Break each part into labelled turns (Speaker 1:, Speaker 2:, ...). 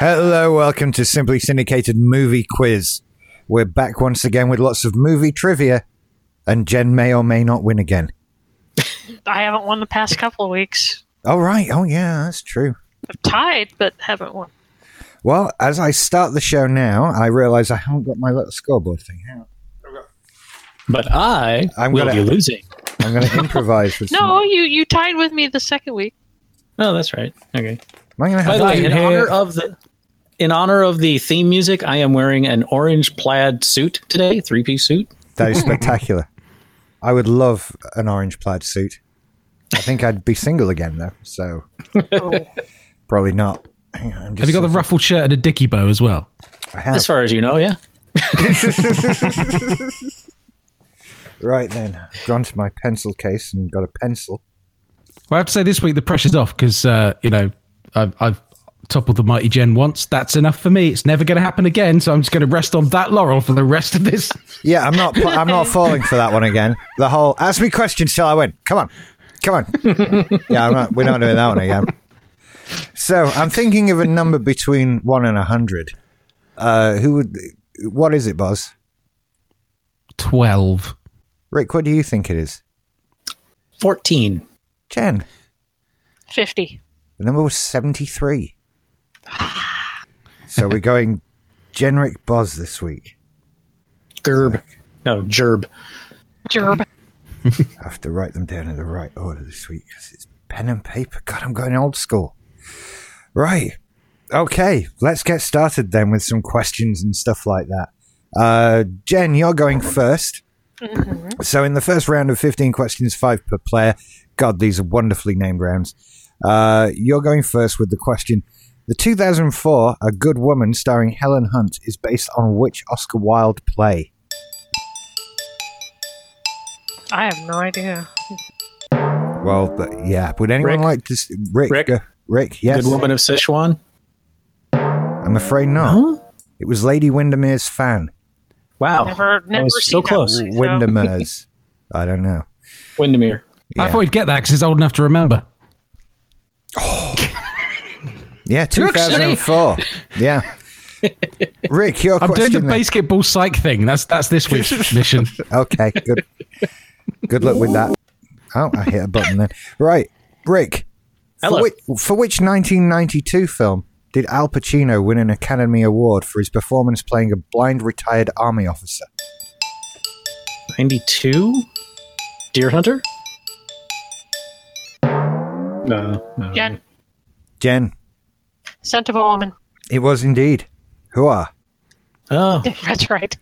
Speaker 1: Hello, welcome to Simply Syndicated Movie Quiz. We're back once again with lots of movie trivia, and Jen may or may not win again.
Speaker 2: I haven't won the past couple of weeks.
Speaker 1: Oh, right. Oh, yeah, that's true.
Speaker 2: I've tied, but haven't won.
Speaker 1: Well, as I start the show now, I realize I haven't got my little scoreboard thing out.
Speaker 3: But I
Speaker 1: I'm
Speaker 3: will
Speaker 1: gonna-
Speaker 3: be losing.
Speaker 1: I'm going to improvise with
Speaker 2: No, you you tied with me the second week.
Speaker 3: Oh, that's right. Okay.
Speaker 1: Some, am I going to
Speaker 3: By
Speaker 1: have
Speaker 3: the way, in
Speaker 1: that in
Speaker 3: honor
Speaker 1: here?
Speaker 3: of the in honor of the theme music, I am wearing an orange plaid suit today, three piece suit.
Speaker 1: That is spectacular. I would love an orange plaid suit. I think I'd be single again, though, so probably not. Hang on, I'm
Speaker 4: Have
Speaker 1: just
Speaker 4: you got the ruffled shirt and a dicky bow as well?
Speaker 1: I have.
Speaker 3: As far as you know, yeah.
Speaker 1: Right then, I've gone to my pencil case and got a pencil.
Speaker 4: Well, I have to say this week the pressure's off because uh, you know I've, I've toppled the mighty Gen once. That's enough for me. It's never going to happen again. So I'm just going to rest on that laurel for the rest of this.
Speaker 1: Yeah, I'm not. I'm not falling for that one again. The whole ask me questions till I win. Come on, come on. Yeah, I'm not, we're not doing that one again. So I'm thinking of a number between one and a hundred. Uh, who would? What is it, Buzz?
Speaker 4: Twelve.
Speaker 1: Rick, what do you think it is?
Speaker 3: Fourteen.
Speaker 1: Jen,
Speaker 2: Fifty.
Speaker 1: the number was seventy-three. So we're going generic Buzz this week.
Speaker 3: Gerb. No, gerb.
Speaker 2: Gerb.
Speaker 1: I have to write them down in the right order this week 'cause it's pen and paper. God, I'm going old school. Right. Okay. Let's get started then with some questions and stuff like that. Uh, Jen, you're going 1st So, in the first round of 15 questions, five per player. God, these are wonderfully named rounds. Uh, you're going first with the question. The 2004 A Good Woman starring Helen Hunt is based on which Oscar Wilde play?
Speaker 2: I have no idea.
Speaker 1: Well, but yeah. Would anyone
Speaker 3: Rick?
Speaker 1: like to? s- Rick.
Speaker 3: Rick?
Speaker 1: uh, Rick. Yes.
Speaker 3: Good woman of Sichuan.
Speaker 1: I'm afraid not.
Speaker 3: Huh?
Speaker 1: It was Lady Windermere's fan.
Speaker 3: Wow.
Speaker 2: Never-
Speaker 3: I
Speaker 2: never
Speaker 3: was so
Speaker 2: seen that
Speaker 3: close.
Speaker 2: movie.
Speaker 1: Windermere's. I don't know.
Speaker 3: Windermere.
Speaker 4: I thought we'd get that because it's old enough to remember.
Speaker 1: Yeah, 2004. yeah. Rick, your
Speaker 4: I'm doing
Speaker 1: question.
Speaker 4: the
Speaker 1: then.
Speaker 4: basketball psych thing. That's that's this week's mission.
Speaker 1: Okay, good. good luck with that. Oh, I hit a button then. Right, Rick. For
Speaker 3: Hello.
Speaker 1: which, for which 1992 film did Al Pacino win an Academy Award for his performance playing a blind retired army officer?
Speaker 3: Ninety two? Deer Hunter? No. no.
Speaker 2: Jen.
Speaker 1: Jen,
Speaker 2: Scent of a woman.
Speaker 1: it was indeed. Who are?
Speaker 3: Oh.
Speaker 2: That's right.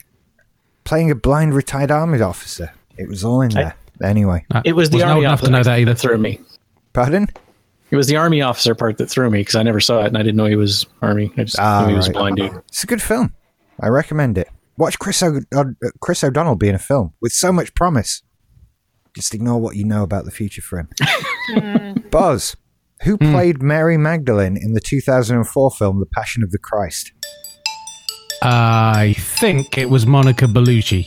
Speaker 1: Playing a blind retired army officer. It was all in
Speaker 3: I-
Speaker 1: there. anyway.
Speaker 3: It was the
Speaker 4: Wasn't
Speaker 3: army
Speaker 4: old enough
Speaker 3: officer
Speaker 4: to know that either.
Speaker 3: threw me.
Speaker 1: Pardon?
Speaker 3: It was the army officer part that threw me because I never saw it and I didn't know he was army. I just
Speaker 1: Ah,
Speaker 3: knew he was a
Speaker 1: right.
Speaker 3: blind dude.
Speaker 1: It's a good film. I recommend it. Watch Chris, o- o- Chris O'Donnell be in a film with so much promise. Just ignore what you know about the future for him. Buzz, who
Speaker 3: Hmm.
Speaker 1: played Mary Magdalene in the 2004 film The Passion of the Christ?
Speaker 4: I think it was Monica Bellucci.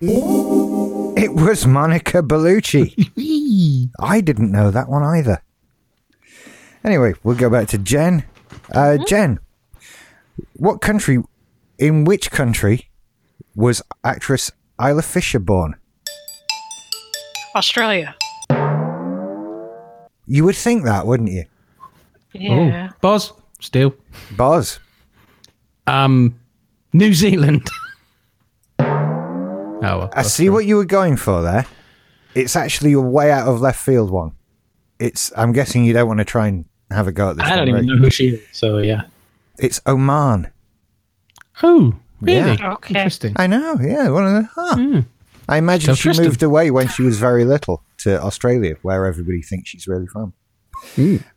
Speaker 1: It was Monica Bellucci. I didn't know that one either. Anyway, we'll go back to Jen. Uh,
Speaker 3: Mm-hmm.
Speaker 1: Jen, what country, in which country was actress Isla Fisher born?
Speaker 2: Australia.
Speaker 1: You would think that, wouldn't you?
Speaker 2: Yeah.
Speaker 4: Oh, Boz, still.
Speaker 1: Buzz.
Speaker 4: Um, New Zealand. oh, well,
Speaker 1: I see what you were going for there. It's actually a way out of left field one. It's. I'm guessing you don't want to try and have a go at this.
Speaker 3: I don't
Speaker 1: one,
Speaker 3: even
Speaker 1: right?
Speaker 3: know who she is. So yeah.
Speaker 1: It's Oman.
Speaker 4: Oh, really?
Speaker 1: Yeah.
Speaker 2: Okay.
Speaker 4: Interesting.
Speaker 1: I know. Yeah, one of the. Huh. I imagine
Speaker 4: Tell
Speaker 1: she
Speaker 4: Tristan.
Speaker 1: moved away when she was very little to Australia, where everybody thinks she's really from.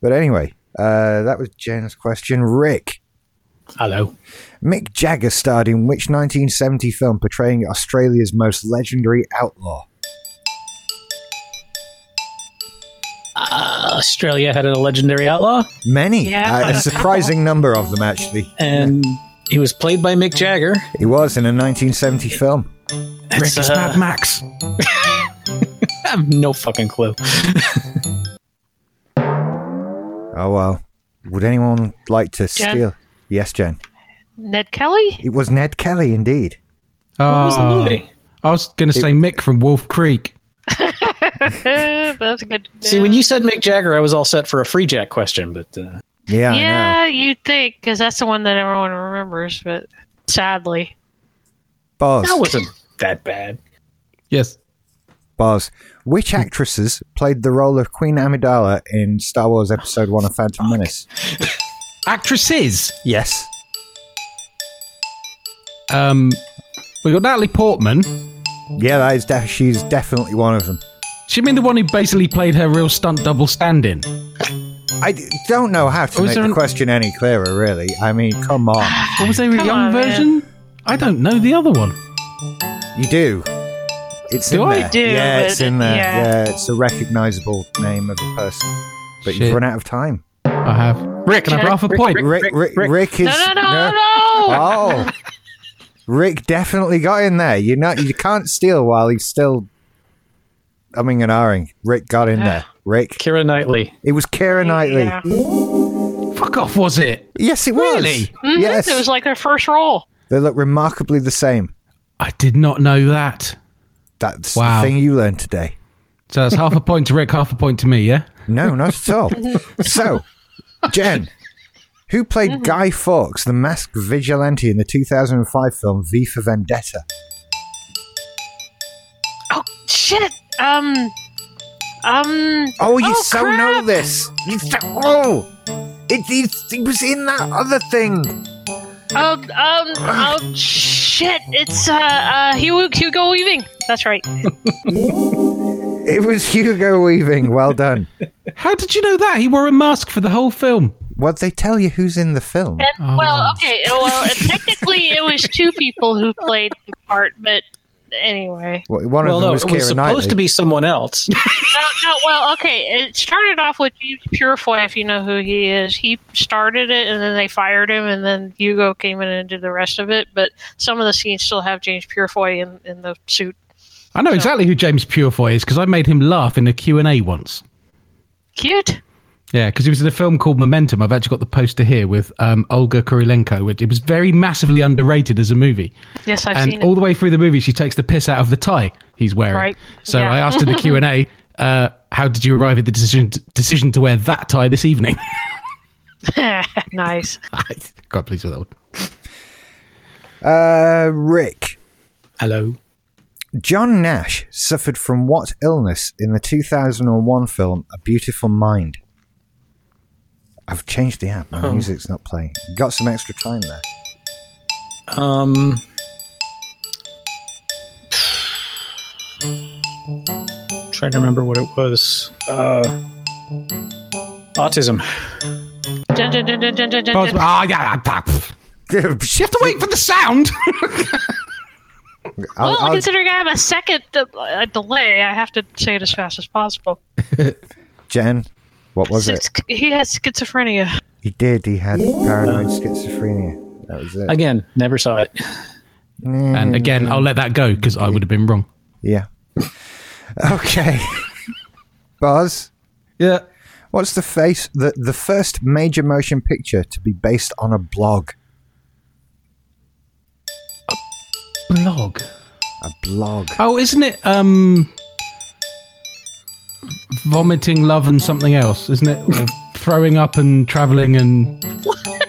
Speaker 1: But anyway, uh, that was Jen's question. Rick.
Speaker 3: Hello.
Speaker 1: Mick Jagger starred in which 1970 film portraying Australia's most legendary outlaw?
Speaker 3: Australia had a legendary outlaw,
Speaker 1: Many.
Speaker 2: Yeah.
Speaker 1: Uh, a surprising number of them, actually.
Speaker 3: and he was played by Mick Jagger.
Speaker 1: He was in a 1970 film.
Speaker 4: Rick, it's
Speaker 3: uh,
Speaker 4: Mad Max.
Speaker 3: I have no fucking clue.
Speaker 1: Oh well. Would anyone like to
Speaker 2: Jen?
Speaker 1: steal? Yes, Jen.
Speaker 2: Ned Kelly?
Speaker 1: It was Ned Kelly, indeed.
Speaker 3: What was the
Speaker 4: Ah,
Speaker 3: movie?
Speaker 4: I was going to say Mick from Wolf Creek.
Speaker 2: Uh, that's a good.
Speaker 3: See, when you said Mick Jagger, I was all set for a free Jack question, but uh,
Speaker 1: Yeah, I know.
Speaker 2: yeah, you'd think because that's the one that everyone remembers, but sadly,
Speaker 1: Buzz,
Speaker 3: that wasn't that bad.
Speaker 4: Yes.
Speaker 1: Buzz. Which actresses played the role of Queen Amidala in Star Wars Episode One: of Phantom Menace?
Speaker 4: Actresses.
Speaker 1: Yes.
Speaker 4: Um, we got Natalie Portman.
Speaker 1: Yeah, that is. Def- she's definitely one of them.
Speaker 4: She mean the one who basically played her real stunt double stand-in.
Speaker 1: I d- don't know how to
Speaker 4: Was
Speaker 1: make
Speaker 4: there
Speaker 1: the
Speaker 4: an-
Speaker 1: question any clearer, really. I mean, come on.
Speaker 4: What was they? The
Speaker 2: Come
Speaker 4: young
Speaker 2: on, man.
Speaker 4: version? I don't know the other one.
Speaker 1: You do. It's
Speaker 4: Do
Speaker 1: in
Speaker 4: I?
Speaker 1: there.
Speaker 2: Do,
Speaker 1: yeah, it's
Speaker 2: but-
Speaker 1: in there.
Speaker 2: yeah.
Speaker 1: Yeah. it's a recognizable name of a person. But
Speaker 4: Shit.
Speaker 1: you've run out of time.
Speaker 4: I have. Rick, can I have half a point?
Speaker 1: Rick, Rick, Rick, is.
Speaker 2: no, no, no,
Speaker 1: no.
Speaker 2: no.
Speaker 1: Oh. Rick definitely got in there. You know, you can't steal while he's still umming and ahhing. Rick got in there. Rick.
Speaker 3: Kira Knightley.
Speaker 1: It was Kira Knightley.
Speaker 2: Yeah. Mm-hmm.
Speaker 4: Fuck off, was it?
Speaker 1: Yes, it was.
Speaker 4: Really?
Speaker 2: Mhm,
Speaker 1: Yes.
Speaker 2: it was like their first role.
Speaker 1: they look remarkably the same.
Speaker 4: I did not know that.
Speaker 1: That's
Speaker 4: Wow.
Speaker 1: the thing you learned today.
Speaker 4: So that's half a point to Rick, half a point to me, yeah?
Speaker 1: No, not at all. so, Jen, who played
Speaker 2: Mm-hmm.
Speaker 1: Guy Fawkes, the masked vigilante in the 2005 film V for Vendetta?
Speaker 2: Oh shit. Um. Um.
Speaker 1: Oh, you
Speaker 2: Oh,
Speaker 1: so
Speaker 2: crap.
Speaker 1: know this. You so, oh, it, it, it was in that other thing.
Speaker 2: Oh. Um. Oh shit. It's uh. Uh. Hugo, Hugo Weaving. That's right.
Speaker 1: It was Hugo Weaving. Well done.
Speaker 4: How did you know that? He wore a mask for the whole film.
Speaker 1: what they tell you who's in the film?
Speaker 2: And,
Speaker 4: Oh.
Speaker 2: Well, okay. Well, uh, technically, it was two people who played the part, but anyway.
Speaker 1: Well, One
Speaker 3: well,
Speaker 1: of them
Speaker 3: no,
Speaker 1: was
Speaker 3: it
Speaker 1: Kira
Speaker 3: was supposed
Speaker 1: Knightley.
Speaker 3: to be someone else.
Speaker 2: No, no. Well, okay. It started off with James Purefoy, if you know who he is. He started it, and then they fired him, and then Hugo came in and did the rest of it. But some of the scenes still have James Purefoy in in the suit.
Speaker 4: I know exactly who James Purefoy is because I made him laugh in a Q&A once.
Speaker 2: Cute.
Speaker 4: Yeah, because he was in a film called Momentum. I've actually got the poster here with um, Olga Kurilenko. Which it was very massively underrated as a movie.
Speaker 2: Yes, I've
Speaker 4: and
Speaker 2: seen
Speaker 4: all
Speaker 2: it.
Speaker 4: the way through the movie, she takes the piss out of the tie he's wearing.
Speaker 2: Right.
Speaker 4: So
Speaker 2: Yeah.
Speaker 4: I asked in the Q and A, uh, "How did you arrive at the decision decision to wear that tie this evening?"
Speaker 2: nice.
Speaker 4: God, please with that one.
Speaker 1: uh, Rick.
Speaker 3: Hello.
Speaker 1: John Nash suffered from what illness in the 2001 film A Beautiful Mind? I've changed the app. My music's not playing. Got some extra time there.
Speaker 3: Um, trying to remember what it was. Uh, autism.
Speaker 2: Dun, dun, dun, dun, dun, dun, dun,
Speaker 4: Oh, it's-
Speaker 2: dun.
Speaker 4: ah, yeah, ah, ah, pff. You have to wait for the sound.
Speaker 1: I'll-
Speaker 2: Well,
Speaker 1: I'll-
Speaker 2: considering I have a second de- uh, delay, I have to say it as fast as possible.
Speaker 1: Jen, what was it?
Speaker 2: Since He has schizophrenia.
Speaker 1: He did. He had paranoid schizophrenia. That was it.
Speaker 3: Again, never saw it.
Speaker 4: and again, I'll let that go because I would have been wrong.
Speaker 1: Yeah. Okay. Buzz,
Speaker 4: Yeah.
Speaker 1: what's the face the, the first major motion picture to be based on a blog?
Speaker 4: Blog.
Speaker 1: A blog.
Speaker 4: Oh, isn't it? Um, vomiting love and something else, isn't it? Or Throwing up and traveling and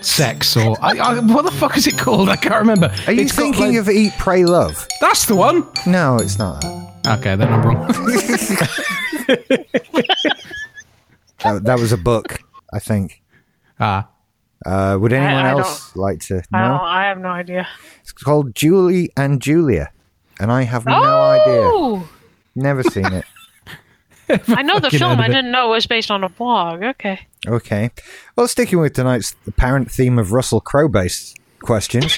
Speaker 4: sex, or I, I, what the fuck is it called? I can't remember.
Speaker 1: Are you
Speaker 4: It's got,
Speaker 1: thinking
Speaker 4: like-
Speaker 1: of Eat, Pray, Love?
Speaker 4: That's the one.
Speaker 1: No, it's not that.
Speaker 4: Okay, then I'm wrong.
Speaker 1: That, that was a book, I think.
Speaker 4: Ah,
Speaker 1: Uh, would anyone
Speaker 2: I
Speaker 1: else like to
Speaker 2: I, don't,
Speaker 1: know?
Speaker 2: I have no idea.
Speaker 1: It's called Julie and Julia, and I have no idea.
Speaker 2: oh,
Speaker 1: Never seen it.
Speaker 2: I know the
Speaker 4: Fucking
Speaker 2: film.
Speaker 4: out of
Speaker 2: I
Speaker 4: it.
Speaker 2: didn't know it was based on a blog. Okay.
Speaker 1: Okay. Well, sticking with tonight's apparent theme of Russell Crowe based questions,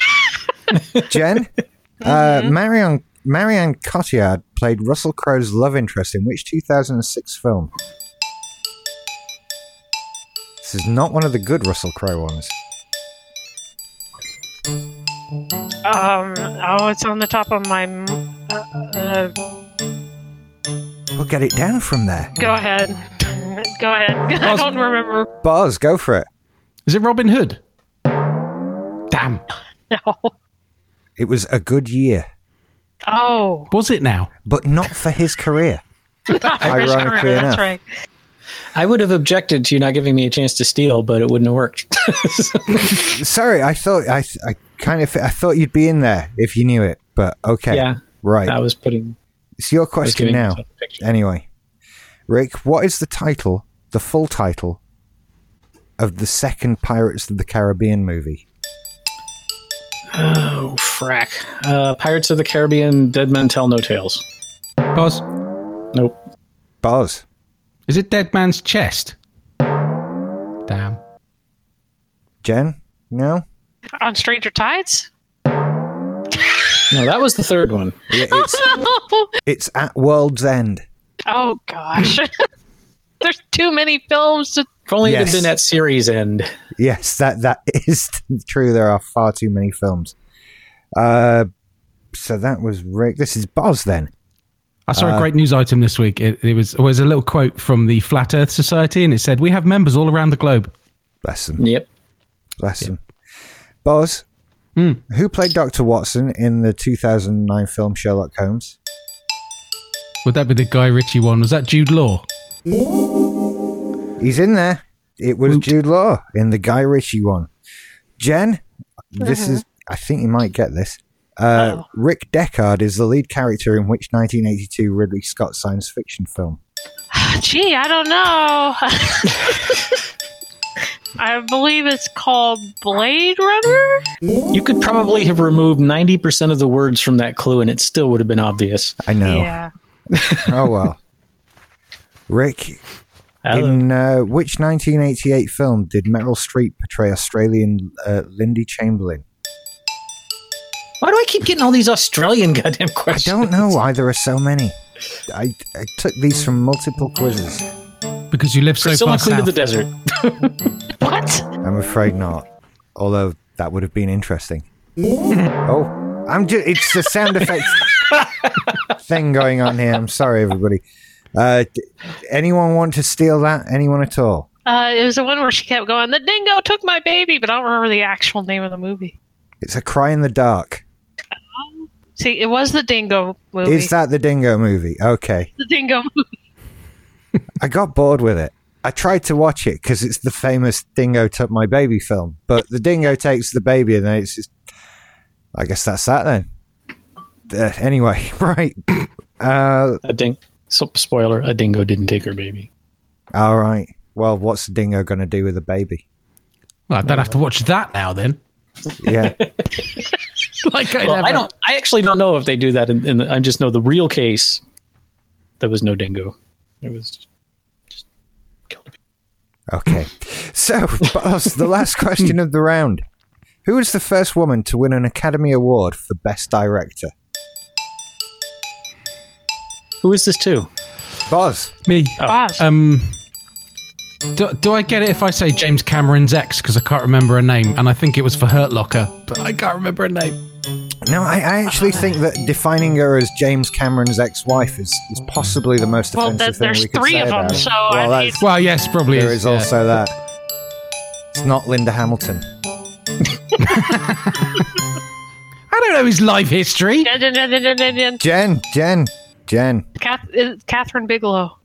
Speaker 1: Jen,
Speaker 3: Oh,
Speaker 1: uh, Marion, Marianne Cotillard played Russell Crowe's love interest in which 2006 film? This is not one of the good Russell Crowe ones.
Speaker 2: Um. Oh, it's on the top of my. m- Uh, uh,
Speaker 1: We'll get it down from there.
Speaker 2: go ahead. Go ahead. I don't remember.
Speaker 1: Buzz, go for it.
Speaker 4: is it Robin Hood? Damn.
Speaker 2: No.
Speaker 1: It was a good year,
Speaker 2: Oh,
Speaker 4: Was it now?
Speaker 1: but not for his career. Ironically
Speaker 2: that's
Speaker 1: enough.
Speaker 2: right.
Speaker 3: I would have objected to you not giving me a chance to steal, but it wouldn't have worked.
Speaker 1: Sorry, I thought I, I kind of I thought you'd be in there if you knew it, but okay.
Speaker 3: Yeah.
Speaker 1: Right.
Speaker 3: I was putting.
Speaker 1: it's your
Speaker 3: I was
Speaker 1: question
Speaker 3: giving
Speaker 1: now.
Speaker 3: myself a picture.
Speaker 1: Anyway, Rick, what is the title, the full title, of the second Pirates of the Caribbean movie?
Speaker 3: Oh, frack. Uh, Pirates of the Caribbean, Dead Men Tell No Tales.
Speaker 4: Boz,
Speaker 3: Nope.
Speaker 1: Buzz.
Speaker 4: is it Dead Man's Chest? Damn.
Speaker 1: Jen? No?
Speaker 2: On Stranger Tides?
Speaker 3: No, that was the third one.
Speaker 1: Yeah, it's, it's at World's End.
Speaker 2: oh, gosh. There's too many films to.
Speaker 3: If only it
Speaker 1: Yes.
Speaker 3: had been at series end.
Speaker 1: Yes, that that is true. There are far too many films. Uh, so that was Rick. This is Buzz then.
Speaker 4: I saw
Speaker 1: Uh,
Speaker 4: a great news item this week. It, it was it was a little quote from the Flat Earth Society, and it said, "We have members all around the globe."
Speaker 1: Bless him.
Speaker 3: Yep.
Speaker 1: Bless him. Buzz, who played Dr. Watson in the 2009 film Sherlock Holmes?
Speaker 4: Would that be the Guy Ritchie one? Was that Jude Law?
Speaker 1: He's in there. It was Jude Law in the Guy Ritchie one. Jen, this is. I think you might get this. Uh, Rick Deckard is the lead character in which 1982 Ridley Scott science fiction film?
Speaker 2: Gee, I don't know. I believe it's called Blade Runner?
Speaker 3: You could probably have removed 90% of the words from that clue and it still would have been obvious.
Speaker 1: I know.
Speaker 2: Yeah.
Speaker 1: Oh well. Rick,
Speaker 3: Hello.
Speaker 1: in uh, which 1988 film did Meryl Streep portray Australian uh, Lindy Chamberlain?
Speaker 3: Why do I keep getting all these Australian goddamn
Speaker 1: I
Speaker 3: questions?
Speaker 1: don't know why there are so many. I, I took these from multiple quizzes.
Speaker 4: Because you live so
Speaker 3: Priscilla
Speaker 4: far
Speaker 3: Queen
Speaker 4: south.
Speaker 3: of the Desert.
Speaker 2: What?
Speaker 1: I'm afraid not. Although that would have been interesting. oh, I'm just, it's the sound effects thing going on here. I'm sorry, everybody. Uh, d- anyone want to steal that? Anyone at all?
Speaker 2: Uh, it was the one where she kept going, The dingo took my baby, but I don't remember the actual name of the movie.
Speaker 1: It's a cry in the dark.
Speaker 2: See, it was the dingo movie.
Speaker 1: Is that the Dingo movie? Okay.
Speaker 2: the dingo movie.
Speaker 1: I got bored with it. I tried to watch it because it's the famous Dingo Took My Baby film, but the dingo takes the baby and then it's just. I guess that's that then. Uh, anyway, right. Uh,
Speaker 3: A ding. So, spoiler, a dingo didn't take her baby.
Speaker 1: all right. Well, what's the dingo going to do with a baby?
Speaker 4: Well, I don't have to watch that now then.
Speaker 1: Yeah.
Speaker 4: Like I,
Speaker 3: Well,
Speaker 4: never-
Speaker 3: I don't. I actually don't know if they do that. In, in the, I just know the real case. There was no dingo. It was.
Speaker 1: okay. So, boss, the last question of the round. Who was the first woman to win an Academy Award for Best Director?
Speaker 3: Who is this to?
Speaker 1: Boz.
Speaker 4: me.
Speaker 3: Oh.
Speaker 2: Boz.
Speaker 4: Um, do, do I get it if I say James Cameron's ex? Because I can't remember her name, and I think it was for Hurt Locker, but I can't remember her name.
Speaker 1: No, I, I actually think that defining her as James Cameron's ex-wife is, is possibly the most
Speaker 2: Well,
Speaker 1: offensive
Speaker 2: there-
Speaker 1: thing
Speaker 2: there's
Speaker 1: we could
Speaker 2: three
Speaker 1: say
Speaker 2: of 'em,
Speaker 1: about her.
Speaker 2: so, I
Speaker 1: well,
Speaker 2: mean-
Speaker 1: that's-
Speaker 4: Well, yes, probably
Speaker 1: there
Speaker 4: is.
Speaker 1: is
Speaker 4: yeah.
Speaker 1: also that. It's not Linda Hamilton.
Speaker 4: I don't know his life history.
Speaker 2: Dun, dun, dun, dun, dun, dun, dun.
Speaker 1: Jen, Jen, Jen.
Speaker 2: Cath- uh, Catherine Bigelow.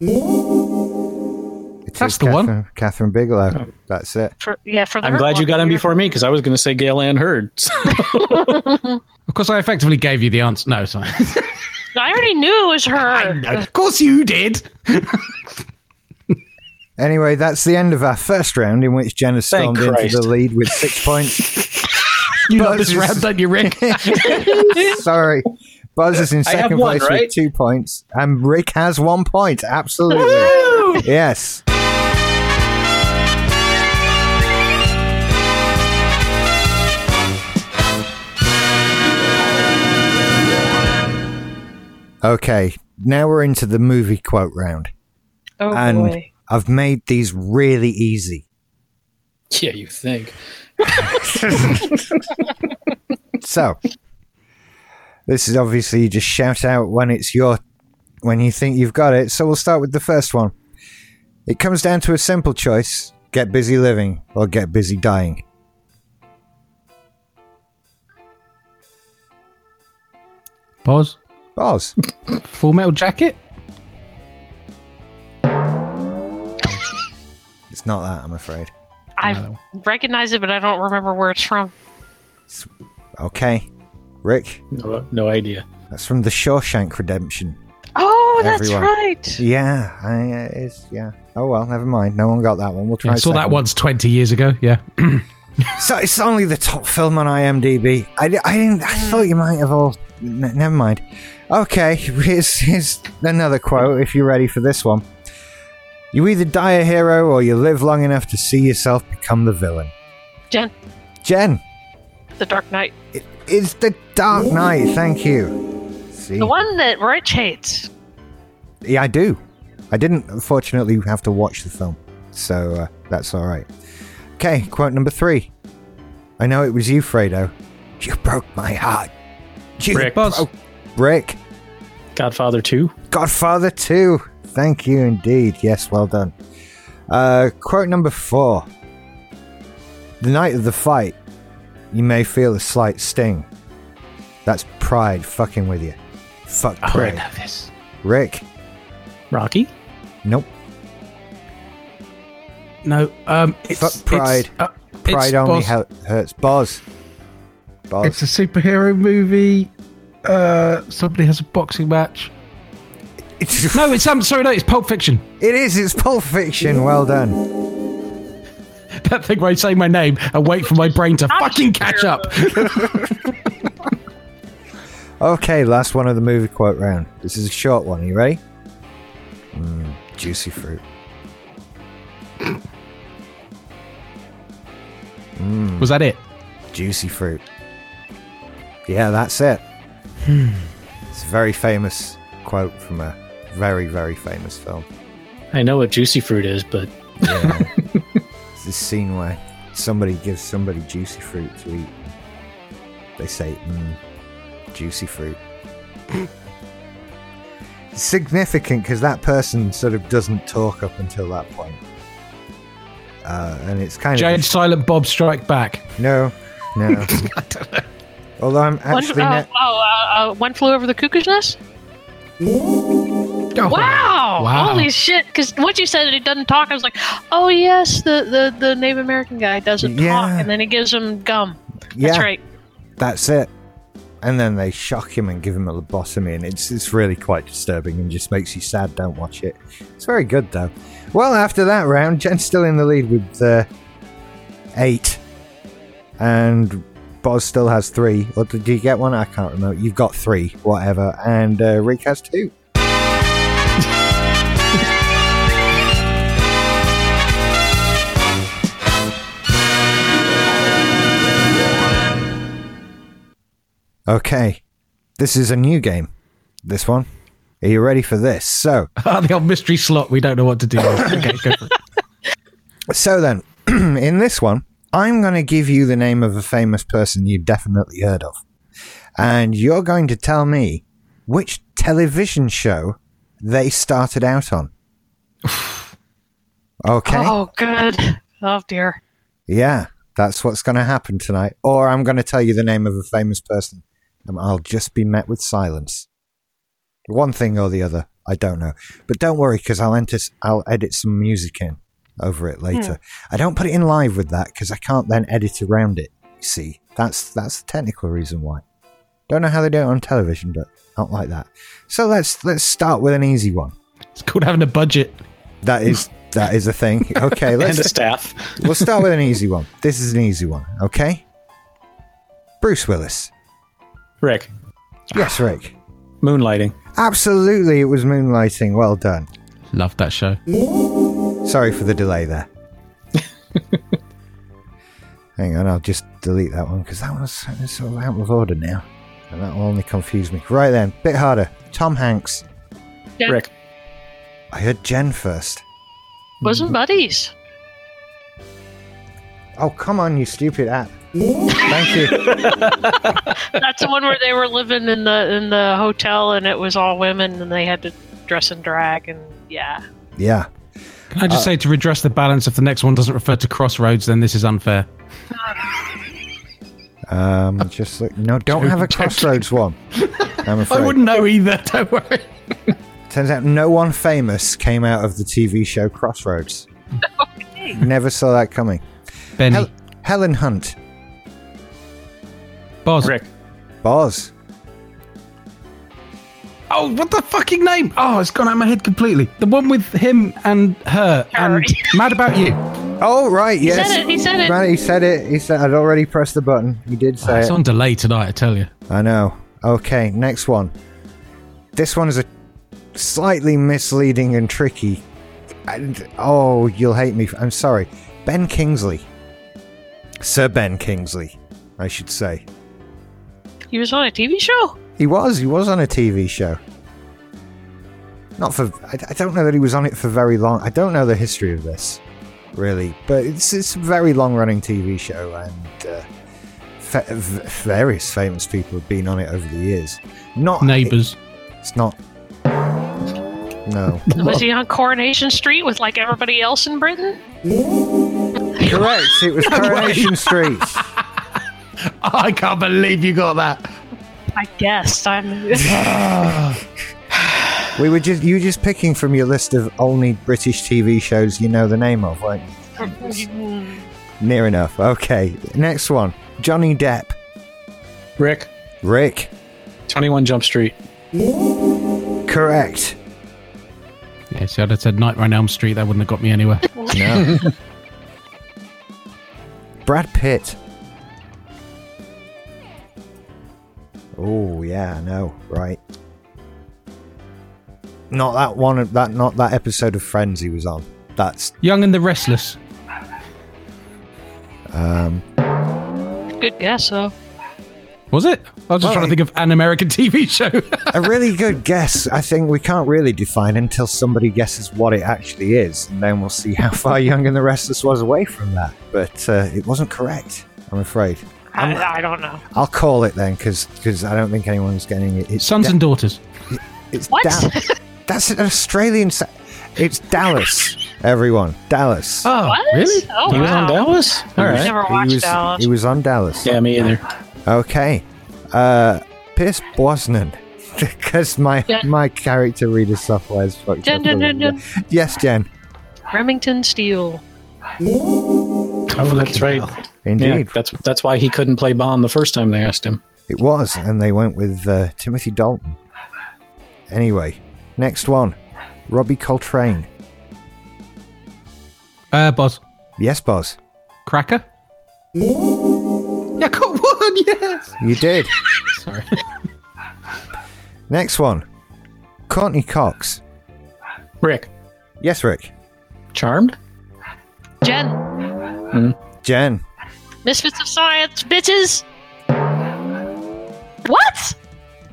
Speaker 1: It
Speaker 4: That's
Speaker 1: is
Speaker 4: the one.
Speaker 1: Catherine- Catherine Bigelow. That's it.
Speaker 2: For, yeah, for the
Speaker 3: I'm
Speaker 2: Hurt
Speaker 3: glad you got him
Speaker 2: Locker.
Speaker 3: before me because I was going to say Gail Ann Hurd.
Speaker 4: Of course, I effectively gave you the answer. No, sorry.
Speaker 2: I already knew it was her.
Speaker 4: of course, you did.
Speaker 1: Anyway, that's the end of our first round, in which Jen has
Speaker 3: Thank
Speaker 1: stormed into
Speaker 3: Christ.
Speaker 1: the lead with six points.
Speaker 4: You
Speaker 1: But
Speaker 4: love this
Speaker 1: it's-
Speaker 4: round, don't you, Rick?
Speaker 1: Sorry. Buzz is in
Speaker 3: I have
Speaker 1: second
Speaker 3: one,
Speaker 1: place
Speaker 3: right?
Speaker 1: with two points, and Rick has one point. Absolutely. Yes. Okay, now we're into the movie quote round.
Speaker 2: Oh,
Speaker 1: and
Speaker 2: boy.
Speaker 1: I've made these really easy.
Speaker 3: yeah, you think.
Speaker 1: So, this is obviously you just shout out when it's your when you think you've got it. So we'll start with the first one. It comes down to a simple choice: get busy living or get busy dying.
Speaker 4: Pause.
Speaker 1: Boz.
Speaker 4: Full Metal Jacket.
Speaker 1: It's not that, I'm afraid.
Speaker 2: I recognize it, but I don't remember where it's from.
Speaker 1: Okay. Rick,
Speaker 3: No, no idea.
Speaker 1: that's from The Shawshank Redemption.
Speaker 2: Oh, that's
Speaker 1: Everyone.
Speaker 2: right.
Speaker 1: Yeah, I, uh, it's, yeah. Oh well, never mind. No one got that one. We'll try.
Speaker 4: I saw
Speaker 1: a
Speaker 4: that
Speaker 1: second.
Speaker 4: once 20 years ago. Yeah.
Speaker 1: So it's only the top film on IMDb. I, di- I didn't. I thought you might have all. N- never mind. Okay, here's, here's another quote. If you're ready for this one, you either die a hero or you live long enough to see yourself become the villain.
Speaker 2: Jen,
Speaker 1: Jen,
Speaker 2: The Dark Knight.
Speaker 1: it, it's the Dark Knight. Thank you. See,
Speaker 2: The one that Rich hates.
Speaker 1: yeah, I do. I didn't, unfortunately, have to watch the film, so uh, that's all right. Okay, quote number three. I know it was you, Fredo. You broke my heart. You
Speaker 3: Rick.
Speaker 1: broke-
Speaker 4: Buzz.
Speaker 1: Rick.
Speaker 3: Godfather 2.
Speaker 1: Godfather 2. Thank you indeed. Yes, well done. Uh, quote number four. The night of the fight, you may feel a slight sting. That's pride fucking with you. Fuck
Speaker 3: Oh, I
Speaker 1: pride.
Speaker 3: know this.
Speaker 1: Rick.
Speaker 3: Rocky?
Speaker 1: Nope.
Speaker 4: No. Um, it's,
Speaker 1: Fuck Pride.
Speaker 4: It's, uh, it's
Speaker 1: Pride only
Speaker 4: Boz.
Speaker 1: hu- hurts. Boz. Boz.
Speaker 4: It's a superhero movie. Uh, somebody has a boxing match.
Speaker 1: It's-
Speaker 4: No, it's um, sorry, no, it's Pulp Fiction.
Speaker 1: it is. It's Pulp Fiction. Well done.
Speaker 4: That thing where I say my name and wait for my brain to fucking catch up.
Speaker 1: Okay, last one of the movie quote round. This is a short one. Are you ready? Mm, juicy fruit.
Speaker 4: Was that it?
Speaker 1: Juicy fruit. Yeah, that's it.
Speaker 4: Hmm.
Speaker 1: It's a very famous quote from a very, very famous film.
Speaker 3: I know what Juicy Fruit is, but
Speaker 1: Yeah. it's this scene where somebody gives somebody juicy fruit to eat. They say, mm, juicy fruit. It's significant because that person sort of doesn't talk up until that point. Uh, and it's kind
Speaker 4: Jade
Speaker 1: of.
Speaker 4: Silent Bob Strike Back.
Speaker 1: No, no. Although I'm
Speaker 2: One,
Speaker 1: actually.
Speaker 2: oh,
Speaker 1: ne-
Speaker 2: oh, uh, uh, one flew over the cuckoo's nest.
Speaker 4: Oh,
Speaker 2: Wow!
Speaker 4: Wow.
Speaker 2: Holy shit! Because once you said it, it doesn't talk. I was like, oh yes, the the, the Native American guy doesn't talk,
Speaker 1: Yeah.
Speaker 2: and then he gives him gum. That's
Speaker 1: yeah.
Speaker 2: right.
Speaker 1: that's it. And then they shock him and give him a lobotomy, and it's it's really quite disturbing and just makes you sad. Don't watch it. It's very good though. Well, after that round, Jen's still in the lead with uh, eight, and Boz still has three. Or did you get one? I can't remember. You've got three, whatever, and uh, Rick has two. Okay, this is a new game. This one. Are you ready for this? So.
Speaker 4: Oh, uh, the old mystery slot. We don't know what to do. okay, go for it.
Speaker 1: So then, in this one, I'm going to give you the name of a famous person you've definitely heard of. And you're going to tell me which television show they started out on. Okay.
Speaker 2: Oh good. Oh dear.
Speaker 1: Yeah, that's what's going to happen tonight. Or I'm going to tell you the name of a famous person and I'll just be met with silence. One thing or the other, I don't know. But don't worry because I'll, enter, I'll edit some music in over it later. I don't put it in live with that because I can't then edit around it. You see, that's that's the technical reason why. Don't know how they do it on television, but not like that. So let's let's start with an easy one.
Speaker 4: It's called having a budget.
Speaker 1: That is that is a thing. Okay,
Speaker 3: and
Speaker 1: let's
Speaker 3: the staff.
Speaker 1: We'll start with an easy one. This is an easy one, okay? Bruce Willis.
Speaker 3: Rick,
Speaker 1: Yes,
Speaker 4: Ah.
Speaker 1: Rick.
Speaker 3: moonlighting.
Speaker 1: Absolutely, it was moonlighting. Well done.
Speaker 4: Love that show.
Speaker 1: Sorry for the delay there. Hang on, I'll just delete that one because that one's sort of out of order now. And that will only confuse me. Right then, bit harder. Tom Hanks.
Speaker 2: Yeah.
Speaker 3: Rick,
Speaker 1: I heard Jen first.
Speaker 2: Wasn't buddies.
Speaker 1: Oh, come on, you stupid app. Thank you.
Speaker 2: That's the one where they were living in the in the hotel, and it was all women, and they had to dress and drag, and yeah.
Speaker 1: Yeah.
Speaker 4: Can I just
Speaker 1: Uh,
Speaker 4: say to redress the balance, if the next one doesn't refer to Crossroads, then this is unfair.
Speaker 1: Um, just look, no, don't have a crossroads one. I'm
Speaker 4: I
Speaker 1: afraid.
Speaker 4: wouldn't know either. Don't worry.
Speaker 1: Turns out no one famous came out of the TV show Crossroads. Never saw that coming.
Speaker 4: Benny,
Speaker 1: Hel- Helen Hunt,
Speaker 4: Boz.
Speaker 3: Rick.
Speaker 1: Boz.
Speaker 4: Oh, what the fucking name? Oh, it's gone out of my head completely. The one with him and her and
Speaker 2: Harry.
Speaker 4: Mad About You.
Speaker 1: Oh right, yes.
Speaker 2: said it, he said it.
Speaker 1: Right, he said it. He said I'd already pressed the button. He did say
Speaker 4: It's
Speaker 1: it.
Speaker 4: on delay tonight, I tell you.
Speaker 1: I know. Okay, next one. This one is a slightly misleading and tricky. And oh, you'll hate me. f- I'm sorry. Ben Kingsley. Sir Ben Kingsley, I should say.
Speaker 2: He was on a TV show.
Speaker 1: He was. He was on a TV show. Not for. I, I don't know that he was on it for very long. I don't know the history of this, really. But it's it's a very long running TV show, and uh, fa- v- various famous people have been on it over the years. Not
Speaker 4: Neighbours.
Speaker 1: It's not. No.
Speaker 2: Was he on Coronation Street with like everybody else in Britain?
Speaker 1: Correct. It was Coronation Street.
Speaker 4: I can't believe you got that.
Speaker 2: I guess. I'm.
Speaker 1: We were just you were just picking from your list of only British TV shows you know the name of, weren't you? Near enough. Okay. Next one. Johnny Depp.
Speaker 3: Rick.
Speaker 1: Rick.
Speaker 3: 21 Jump Street.
Speaker 1: Correct.
Speaker 4: Yeah, see, I'd have said Nightmare on Elm Street. That wouldn't have got me anywhere.
Speaker 1: No. Brad Pitt. Oh yeah, I know. Right. Not that one. of- That not that episode of Friends he was on. That's
Speaker 4: Young and the Restless.
Speaker 2: Good guess though.
Speaker 4: Was it? I was just
Speaker 1: Well,
Speaker 4: trying
Speaker 1: I-
Speaker 4: to think of an American TV show.
Speaker 1: a really good guess. I think we can't really define until somebody guesses what it actually is, and then we'll see how far Young and the Restless was away from that. But uh, it wasn't correct. I'm afraid.
Speaker 2: I, I don't know.
Speaker 1: I'll call it then, because I don't think anyone's getting it. It's
Speaker 4: Sons
Speaker 1: Da-
Speaker 4: and Daughters.
Speaker 1: It's
Speaker 2: What?
Speaker 1: Da- that's an Australian. Sa- it's Dallas, everyone. Dallas.
Speaker 4: Oh,
Speaker 2: What?
Speaker 4: really?
Speaker 2: Oh
Speaker 3: he was
Speaker 2: wow.
Speaker 3: on Dallas? All
Speaker 2: I've
Speaker 3: right.
Speaker 2: never
Speaker 1: He
Speaker 2: watched
Speaker 1: was,
Speaker 2: Dallas.
Speaker 1: he was on Dallas.
Speaker 3: Yeah, me either.
Speaker 1: Okay. Uh, Pierce Brosnan. Because my
Speaker 2: Yeah.
Speaker 1: my character reader software is fucked
Speaker 2: Jen,
Speaker 1: up.
Speaker 2: Jen, Jen, Jen.
Speaker 1: Yes, Jen.
Speaker 2: Remington Steele.
Speaker 3: Oh, that's right. Yeah,
Speaker 1: Indeed,
Speaker 3: that's that's why he couldn't play Bond the first time they asked him.
Speaker 1: it was, and they went with uh, Timothy Dalton. Anyway, next one, Robbie Coltrane.
Speaker 4: Uh, Boz.
Speaker 1: Yes, Boz,
Speaker 4: Cracker? Yeah, I got one, yes.
Speaker 1: you did.
Speaker 4: Sorry.
Speaker 1: next one, Courtney Cox.
Speaker 3: Rick.
Speaker 1: Yes, Rick.
Speaker 3: Charmed?
Speaker 2: Jen.
Speaker 1: Jen.
Speaker 2: Misfits of Science, bitches. What?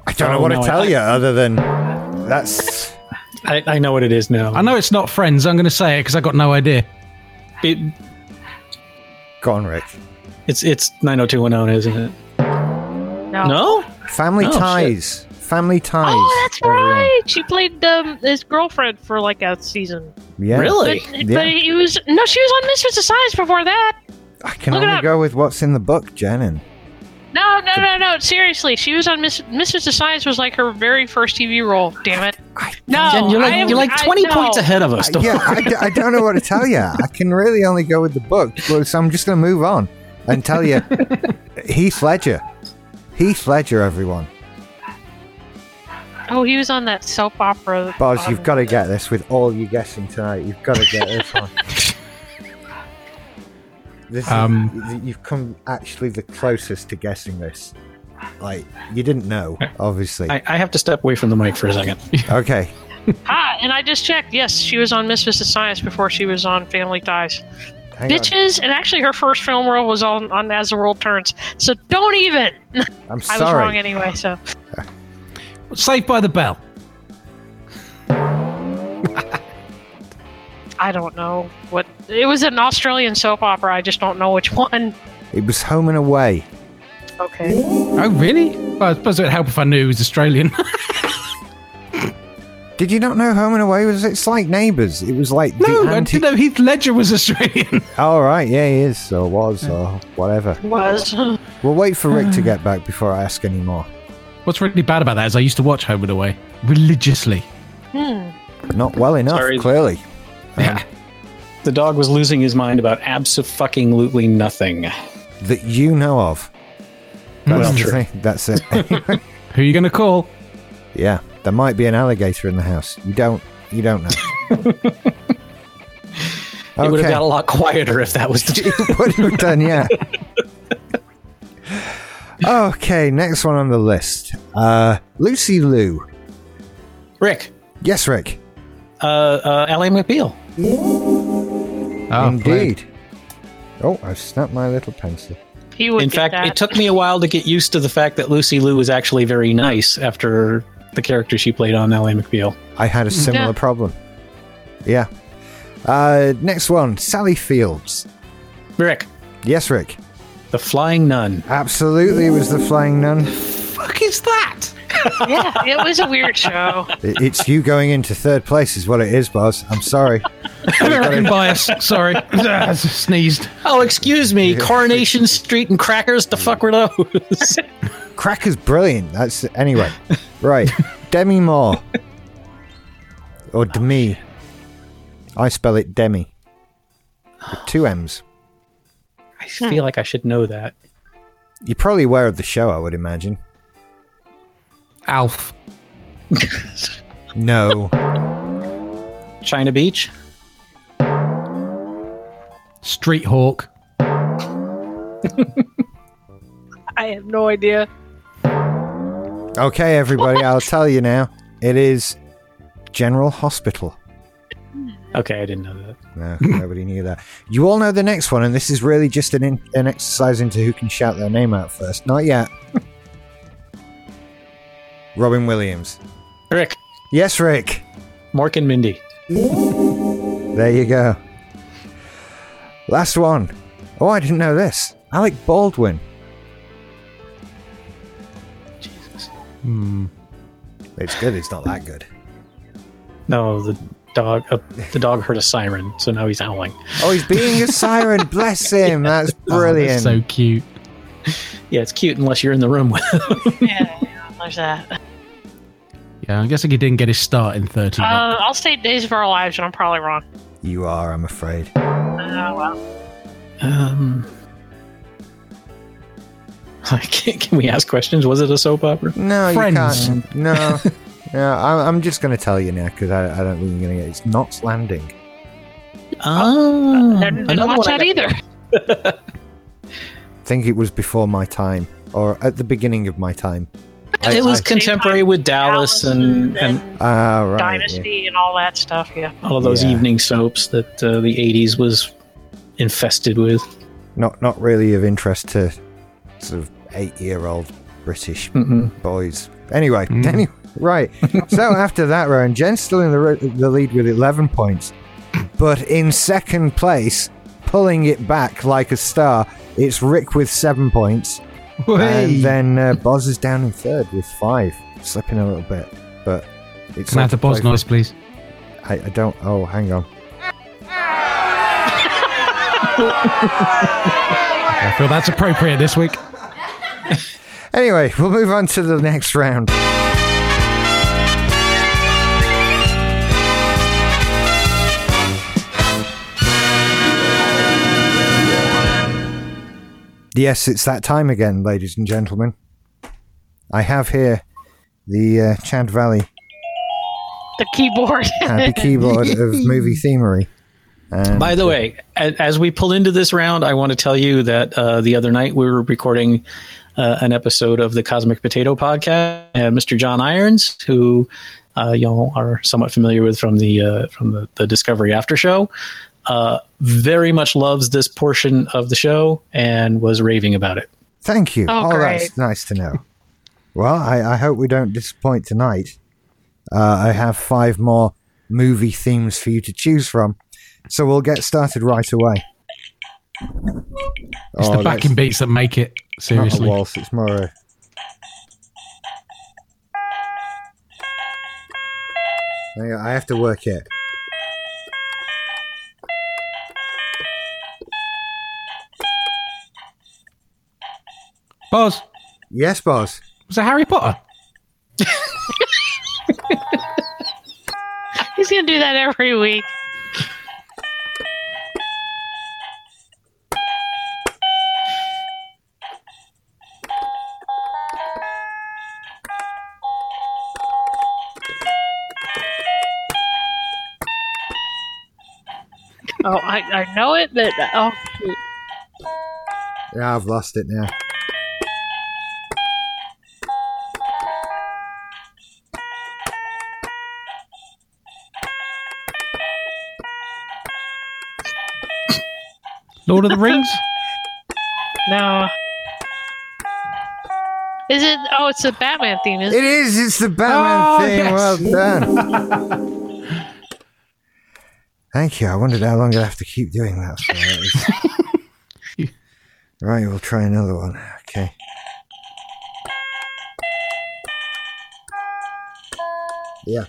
Speaker 1: I don't
Speaker 3: Oh,
Speaker 1: know what
Speaker 3: no,
Speaker 1: to
Speaker 3: I-
Speaker 1: tell you other than that's
Speaker 3: I, I know what it is now.
Speaker 4: I know it's not Friends. I'm going to say it because I got no idea.
Speaker 3: It-
Speaker 1: gone, Rick.
Speaker 3: it's it's 90210, isn't it?
Speaker 2: No.
Speaker 3: No?
Speaker 1: Family
Speaker 3: Oh, shit.
Speaker 1: ties. Family ties.
Speaker 2: Oh, that's right. She played um, his girlfriend for like a season.
Speaker 1: Yeah.
Speaker 3: Really?
Speaker 2: But,
Speaker 1: Yeah.
Speaker 2: but he was no, she was on Misfits of Science before that.
Speaker 1: I can
Speaker 2: Look it
Speaker 1: only
Speaker 2: up.
Speaker 1: go with what's in the book, Janin.
Speaker 2: No, no, no, no. Seriously, she was on Mis- Misfits of Science was like her very first TV role. Damn it. No,
Speaker 3: Jen, you're like,
Speaker 2: Oh, I am-
Speaker 3: you're like
Speaker 2: I
Speaker 3: 20
Speaker 2: know.
Speaker 3: points ahead of us. Don't
Speaker 1: Yeah,
Speaker 3: worry.
Speaker 1: I, d- I don't know what to tell you. I can really only go with the book, Well, so I'm just going to move on and tell you Heath Ledger. Heath Ledger, everyone.
Speaker 2: Oh, he was on that soap opera.
Speaker 1: Boz,
Speaker 2: um,
Speaker 1: you've got to get this with all you guessing tonight. You've got to get this one. This is-
Speaker 4: Um,
Speaker 1: you've come actually the closest to guessing this. Like you didn't know, obviously.
Speaker 3: I, I have to step away from the mic for a second.
Speaker 1: okay,
Speaker 2: Ah, and I just checked. Yes, she was on Misfits of Science before she was on Family Ties.
Speaker 1: hang on.
Speaker 2: Bitches, and actually her first film role was on, on As the World Turns. So don't even.
Speaker 1: I'm
Speaker 2: I
Speaker 1: sorry.
Speaker 2: was wrong anyway. So
Speaker 4: Saved by the Bell.
Speaker 2: I don't know what it was. An Australian soap opera. I just don't know which one.
Speaker 1: It was home and away.
Speaker 2: Okay.
Speaker 4: Oh, really? Well, I suppose it would help if I knew he was Australian.
Speaker 1: Did you not know Home and Away was? It's like Neighbours. It was like
Speaker 4: no,
Speaker 1: the
Speaker 4: I
Speaker 1: anti-
Speaker 4: didn't know Heath Ledger was Australian.
Speaker 1: All right, yeah, he is or was or whatever.
Speaker 2: Was
Speaker 1: We'll wait for Rick to get back before I ask any more.
Speaker 4: What's really bad about that is I used to watch Home and Away religiously.
Speaker 1: Not well enough,
Speaker 3: Sorry.
Speaker 1: clearly.
Speaker 4: Yeah.
Speaker 3: The dog was losing his mind about absolutely nothing.
Speaker 1: That you know of. That's
Speaker 3: Hmm. Well,
Speaker 1: the
Speaker 3: true.
Speaker 1: thing. That's it.
Speaker 4: Who are you going to call?
Speaker 1: yeah, there might be an alligator in the house. You don't. You don't know.
Speaker 3: It would have
Speaker 1: Okay.
Speaker 3: got a lot quieter if that was the truth.
Speaker 1: what have we done? Yeah. okay, next one on the list. Uh, Lucy Lou.
Speaker 3: Rick,
Speaker 1: Yes, Rick.
Speaker 3: uh, uh, L.A. McBeal.
Speaker 4: Ah, played.
Speaker 1: Indeed. Oh, I've snapped my little pencil.
Speaker 2: He would
Speaker 3: In
Speaker 2: get
Speaker 3: fact,
Speaker 2: that.
Speaker 3: it took me a while to get used to the fact that Lucy Liu was actually very nice after the character she played on L.A. McBeal.
Speaker 1: I had a similar
Speaker 2: Yeah.
Speaker 1: problem. Yeah. Uh, next one, Sally Fields.
Speaker 3: Rick,
Speaker 1: Yes, Rick.
Speaker 3: the Flying Nun.
Speaker 1: Absolutely, it was the Flying Nun.
Speaker 4: Fuck is that?
Speaker 2: yeah, it was a weird show.
Speaker 1: It- It's you going into third place, is what it is, Buzz. I'm sorry.
Speaker 4: American bias. Sorry. Ah, Sneezed.
Speaker 3: Oh, excuse me, Coronation Street and Crackers. The fuck were those?
Speaker 1: Cracker's brilliant. That's anyway. Right, Demi Moore or Demi. I spell it Demi. With two M's.
Speaker 3: I feel like I should know that.
Speaker 1: You're probably aware of the show, I would imagine.
Speaker 4: Alf.
Speaker 1: No,
Speaker 3: China Beach.
Speaker 4: Street Hawk.
Speaker 2: I have no idea.
Speaker 1: Okay, everybody, I'll tell you now. It is General Hospital.
Speaker 3: Okay, I didn't know that.
Speaker 1: No, nobody knew that. You all know the next one, and this is really just an, in- an exercise into who can shout their name out first. Not yet. Robin Williams.
Speaker 3: Rick,
Speaker 1: Yes, Rick.
Speaker 3: Mork and Mindy.
Speaker 1: There you go. Last one. Oh, I didn't know this. Alec Baldwin.
Speaker 4: Hmm.
Speaker 1: Jesus. It's good. It's not that good.
Speaker 3: No, the dog. Uh, the dog heard a siren, so now he's howling.
Speaker 1: Oh, he's being a siren. Bless him. That's brilliant.
Speaker 4: Oh, that's so cute.
Speaker 3: Yeah, it's cute unless you're in the room with. him.
Speaker 2: Yeah, yeah, there's
Speaker 3: Uh-huh.
Speaker 2: that.
Speaker 4: Yeah, I'm guessing he didn't get his start in 30.
Speaker 2: Uh, I'll say Days of Our Lives, and I'm probably wrong.
Speaker 1: you are, I'm afraid.
Speaker 2: Oh, well.
Speaker 3: Um, I can't, can we ask questions? Was it a soap opera?
Speaker 1: No,
Speaker 4: Friends.
Speaker 1: you can't. No. no, I- I'm just going to tell you now because I, I don't think you're going to get it. It's Knots Landing.
Speaker 3: Oh,
Speaker 2: I uh, didn't
Speaker 3: another
Speaker 2: watch
Speaker 3: one I
Speaker 2: that
Speaker 3: got-
Speaker 2: either.
Speaker 1: I think it was before my time or at the beginning of my time. I-
Speaker 3: It was
Speaker 1: I-
Speaker 3: contemporary with Dallas and, and
Speaker 1: Ah, right. yeah.
Speaker 2: Dynasty and all that stuff. Yeah.
Speaker 3: all of those
Speaker 1: Yeah.
Speaker 3: evening soaps that uh, the 80s was infested with.
Speaker 1: not not really of interest to sort of eight year old British
Speaker 3: Mm-mm.
Speaker 1: boys. Anyway, anyway, right. so after that round, Jen's still in the, ro- the lead with eleven points, but in second place, pulling it back like a star, it's Rick with seven points, and then uh, Boz is down in third with five, slipping a little bit, but. It's
Speaker 4: Can I have the
Speaker 1: all
Speaker 4: boss
Speaker 1: to play
Speaker 4: noise, please?
Speaker 1: for. I, I don't. Oh, hang on.
Speaker 4: I feel that's appropriate this week.
Speaker 1: Anyway, we'll move on to the next round. Yes, it's that time again, ladies and gentlemen. I have here the uh, Chad Valley
Speaker 2: The keyboard.
Speaker 1: happy keyboard of movie themery. And
Speaker 3: By the way, a- as we pull into this round, I want to tell you that uh, the other night we were recording uh, an episode of the Cosmic Potato Podcast, and Mr. John Irons, who uh, y'all are somewhat familiar with from the uh, from the, the Discovery After Show, uh, very much loves this portion of the show and was raving about it.
Speaker 1: thank you.
Speaker 2: Oh,
Speaker 1: oh
Speaker 2: great.
Speaker 1: that's nice to know. Well, I, I hope we don't disappoint tonight. Uh, I have five more movie themes for you to choose from, so we'll get started right away.
Speaker 4: It's
Speaker 1: Oh, that's
Speaker 4: the backing beats that make it.
Speaker 1: Not a
Speaker 4: Seriously.
Speaker 1: waltz, it's more a. Hang on, I have to work it.
Speaker 4: Boz,
Speaker 1: Yes, boss.
Speaker 4: was it Harry Potter?
Speaker 2: He's gonna do that every week. Oh, I, I know it, but oh, shoot.
Speaker 1: Yeah, I've lost it now.
Speaker 4: Lord of the Rings?
Speaker 2: no. Is it? Oh, it's the Batman theme, isn't it?
Speaker 1: It is. It's the Batman
Speaker 4: Oh,
Speaker 1: thing.
Speaker 4: yes.
Speaker 1: Well done. Thank you. I wondered how long I'd have to keep doing that. For. That was- right, we'll try another one. Okay. Yeah.